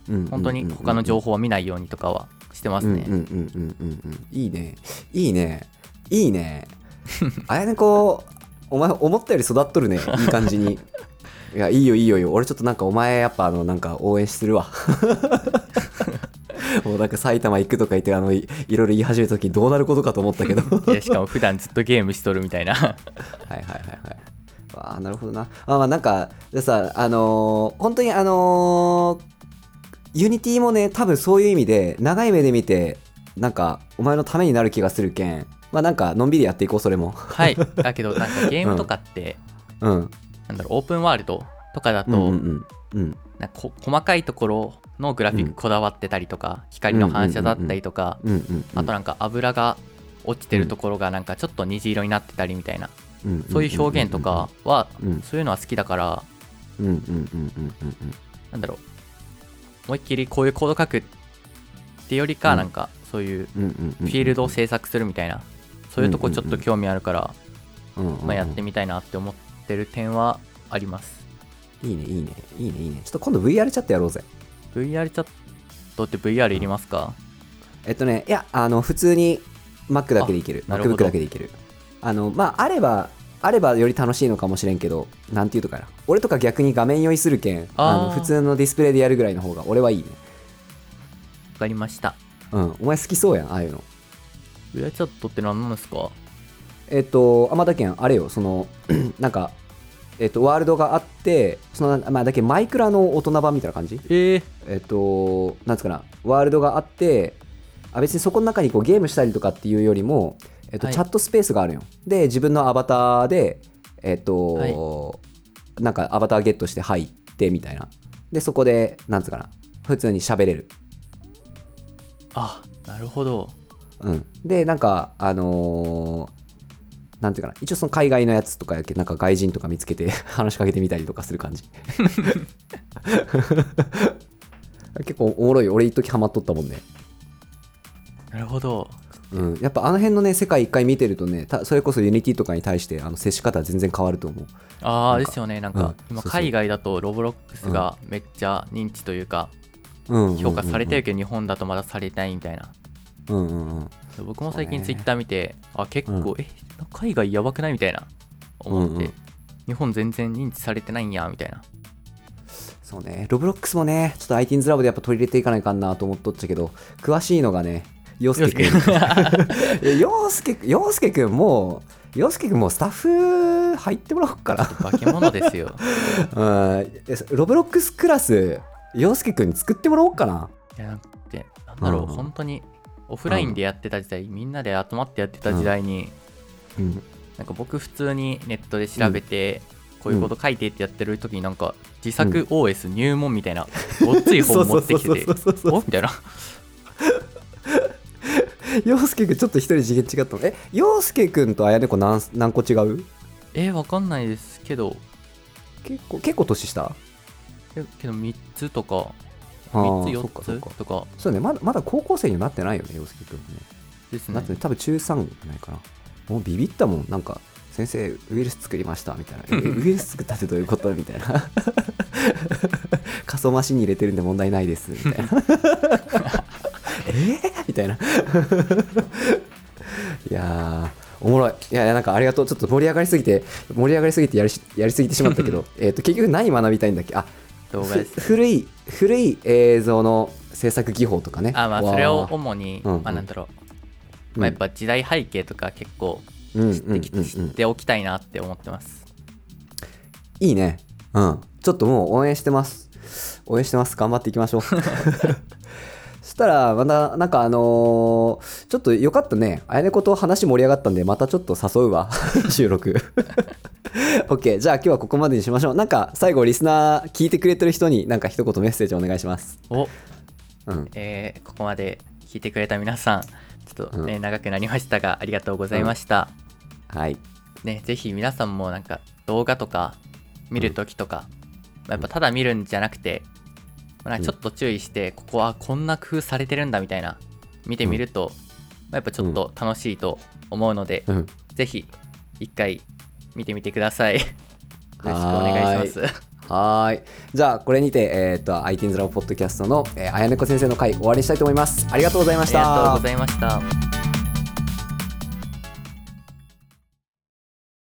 Speaker 1: うん
Speaker 2: 本当に他の情報は見ないようにとかはしてますね、
Speaker 1: うんうんうんうんうんうんいいねいいねいい
Speaker 2: *laughs*
Speaker 1: ねあやねこお前思ったより育っとるねいい感じ
Speaker 2: *laughs*
Speaker 1: にいやいいよいいよいいよ俺ちょっとなんかお前やっぱあのなんか応援する
Speaker 2: *laughs*
Speaker 1: わもうなんか埼玉行くとか言ってあのいいろいろ言い始めた時どうなることかと思ったけどはい
Speaker 2: いやしかも普段ずっとゲームしとるみた
Speaker 1: *laughs*
Speaker 2: いな
Speaker 1: はいはいはいわあなるほどなあまあなんかでさあのー本当にあのユニティもね多分そういう意味で長い目で見てなんかお前のためになる気がするけんまあなんかのんびりやっていこうそれも
Speaker 2: はいだけどなんかゲームとかって、
Speaker 1: うん
Speaker 2: なんだろうオープンワールドとかだと、
Speaker 1: うんうんうんうん
Speaker 2: なんかこ細かいところのグラフィックこだわってたりとか、光の反射だったりとか、
Speaker 1: うんうん
Speaker 2: あとなんか油が落ちてるところがなんかちょっと虹色になってたりみたいな、
Speaker 1: うんんん
Speaker 2: そういう表現とかは、
Speaker 1: うん
Speaker 2: そういうのは好きだから
Speaker 1: うんうんうんうんうんうん
Speaker 2: なんだろう思いっきりこういうコード書くってよりか、
Speaker 1: うん
Speaker 2: なんかそういう
Speaker 1: うんうんうん
Speaker 2: フィールドを制作するみたいな、そういうとこちょっと興味あるから、まあ、やってみたいなって思ってる点はあります
Speaker 1: いいねいいねいいねいいねちょっと今度 VR チャットやろうぜ
Speaker 2: VR チャットって VR いりますか、
Speaker 1: えっとねいやあの普通に Mac だけでいける
Speaker 2: あなるほど
Speaker 1: MacBook だけでいけるあのまああればあればより楽しいのかもしれんけどなんていうとかな俺とか逆に画面酔いするけんあ
Speaker 2: あー
Speaker 1: の普通のディスプレイでやるぐらいの方が俺はいいね
Speaker 2: わかりました
Speaker 1: うんお前好きそうやんああいうの
Speaker 2: VR チャットって何なんですか
Speaker 1: えっとあまだけんあれよその *clears throat* なんかえっとワールドがあってそのまあだけんマイクラの大人版みたいな感じ
Speaker 2: えー、
Speaker 1: えっと、なんつうかな、ワールドがあって、あ別にそこの中にこうゲームしたりとかっていうよりも、えっと
Speaker 2: はい
Speaker 1: チャットスペースがあるよ。で、自分のアバターで、えっと、なんかアバターゲットして入ってみたいな。で、そこで、なんつうかな、普通に喋れる。
Speaker 2: あなるほど
Speaker 1: うん、で、なんか、あのーなんていうかな一応その海外のやつとかやけなんか外人とか見つけて *laughs* 話しかけてみたりとかする感
Speaker 2: *laughs*
Speaker 1: じ結構おもろいよ俺一時ハマっとったもんね
Speaker 2: なるほど
Speaker 1: うん、やっぱあの辺のね世界一回見てるとねたそれこそユニティとかに対してあの接し方全然変わると思う
Speaker 2: ああ
Speaker 1: なん
Speaker 2: で
Speaker 1: か
Speaker 2: すよねなん
Speaker 1: う
Speaker 2: か
Speaker 1: ん
Speaker 2: 今
Speaker 1: そうそう
Speaker 2: 海外だとロボロックスがめっちゃ認知というか
Speaker 1: うんうんうんうん、
Speaker 2: 評価されてるけど日本だとまだされないみたいな
Speaker 1: うんうんうん
Speaker 2: 僕も最
Speaker 1: そうね
Speaker 2: 近ツイッター見てあ結構え海外やばくないみたいな思っ
Speaker 1: うんう
Speaker 2: て
Speaker 1: ん
Speaker 2: 日本全然認知されてないんやみたいな
Speaker 1: そうねロブロックスもねちょっと IT's ラボでやっぱ取り入れていかないかんなと思っとっちゃけど詳しいのがね洋介君洋介君 *laughs* 洋介君もう洋介君もうスタッフ入ってもらおうかな
Speaker 2: 化け物で
Speaker 1: *laughs*
Speaker 2: すよ
Speaker 1: うんえロブロックスクラス洋介君に作ってもらおうかない
Speaker 2: やなんてなんだろう
Speaker 1: うん
Speaker 2: 本当にオフラインでやってた時代みんなで集まってやってた時代に
Speaker 1: うん
Speaker 2: なんか僕普通にネットで調べて、こういうこと書いてってやってる時になんか自作 OS 入門みたいな、ごっつい本持ってきて
Speaker 1: *laughs*
Speaker 2: て
Speaker 1: そうそうそうそうそうそう
Speaker 2: おみたいな
Speaker 1: 洋介君ちょっと一人次元違ったのえ洋介君とあやねこ何何個違う
Speaker 2: えわかんないですけど
Speaker 1: 結構結構年下
Speaker 2: けけど3つとか
Speaker 1: あー
Speaker 2: 3
Speaker 1: そ
Speaker 2: つ
Speaker 1: っかそっ
Speaker 2: 4
Speaker 1: か
Speaker 2: つとか
Speaker 1: そうねまだまだ高校生にはなってないよね洋介君ね
Speaker 2: です
Speaker 1: な
Speaker 2: ね
Speaker 1: ってね多分中3じゃないかなもうビビったもんなんか先生ウイルス作りましたみたいなえウイルス作ったってどういうことみたいな *laughs* 仮想マシンに入れてるんで問題ないですみ
Speaker 2: *laughs*
Speaker 1: たいなえー、みたいな *laughs* いやーおもろいいやいやなんかありがとうちょっと盛り上がりすぎて盛り上がりすぎてやりしやりすぎてしまったけどえーと結局何学びたいんだっけあ
Speaker 2: 動
Speaker 1: *laughs*
Speaker 2: 画です
Speaker 1: ふ古い古い映像の制作技法とかね
Speaker 2: あまあ
Speaker 1: わー
Speaker 2: それを主に、
Speaker 1: うんうん
Speaker 2: まあなんだろう、
Speaker 1: うん
Speaker 2: まあ、やっぱ時代背景とか結構
Speaker 1: うんうん
Speaker 2: 知ってき
Speaker 1: うんうん
Speaker 2: 知っておきたいなって思ってます
Speaker 1: いいね。 *laughs* うん。ちょっともう応援してます。応援してます。頑張っていきましょう。ちょっしたら、また、なんかあのーちょっとよかったね。あやねこと話盛り上がったんで、またちょっと誘う *laughs* わ。収録。OK。じゃあ今日はここまでにしましょう。なんか、最後、リスナー聞いてくれてる人に、なんか一言メッセージお願いします。
Speaker 2: お
Speaker 1: うん。
Speaker 2: えーここまで聞いてくれた皆さん、ちょっとね、
Speaker 1: う
Speaker 2: 長くなりましたが、ありがとうございました。
Speaker 1: はい。
Speaker 2: ね、ぜひ皆さんもなんか動画とか見るときとか、まあやっぱただ見るんじゃなくて、まあなんかちょっと注意して、ここはこんな工夫されてるんだみたいな、見てみると、まあやっぱちょっと楽しいと思うので、
Speaker 1: うん。
Speaker 2: ぜひ一回見てみてください。よろしくお願いします。
Speaker 1: はーい。じゃあ、これにて、えーっと、IT's ラボポッドキャストの、えー、あやねこ先生の回、終わりにしたいと思います。ありがとうございま
Speaker 2: あ
Speaker 1: し
Speaker 2: り
Speaker 1: た。
Speaker 2: がとうございました。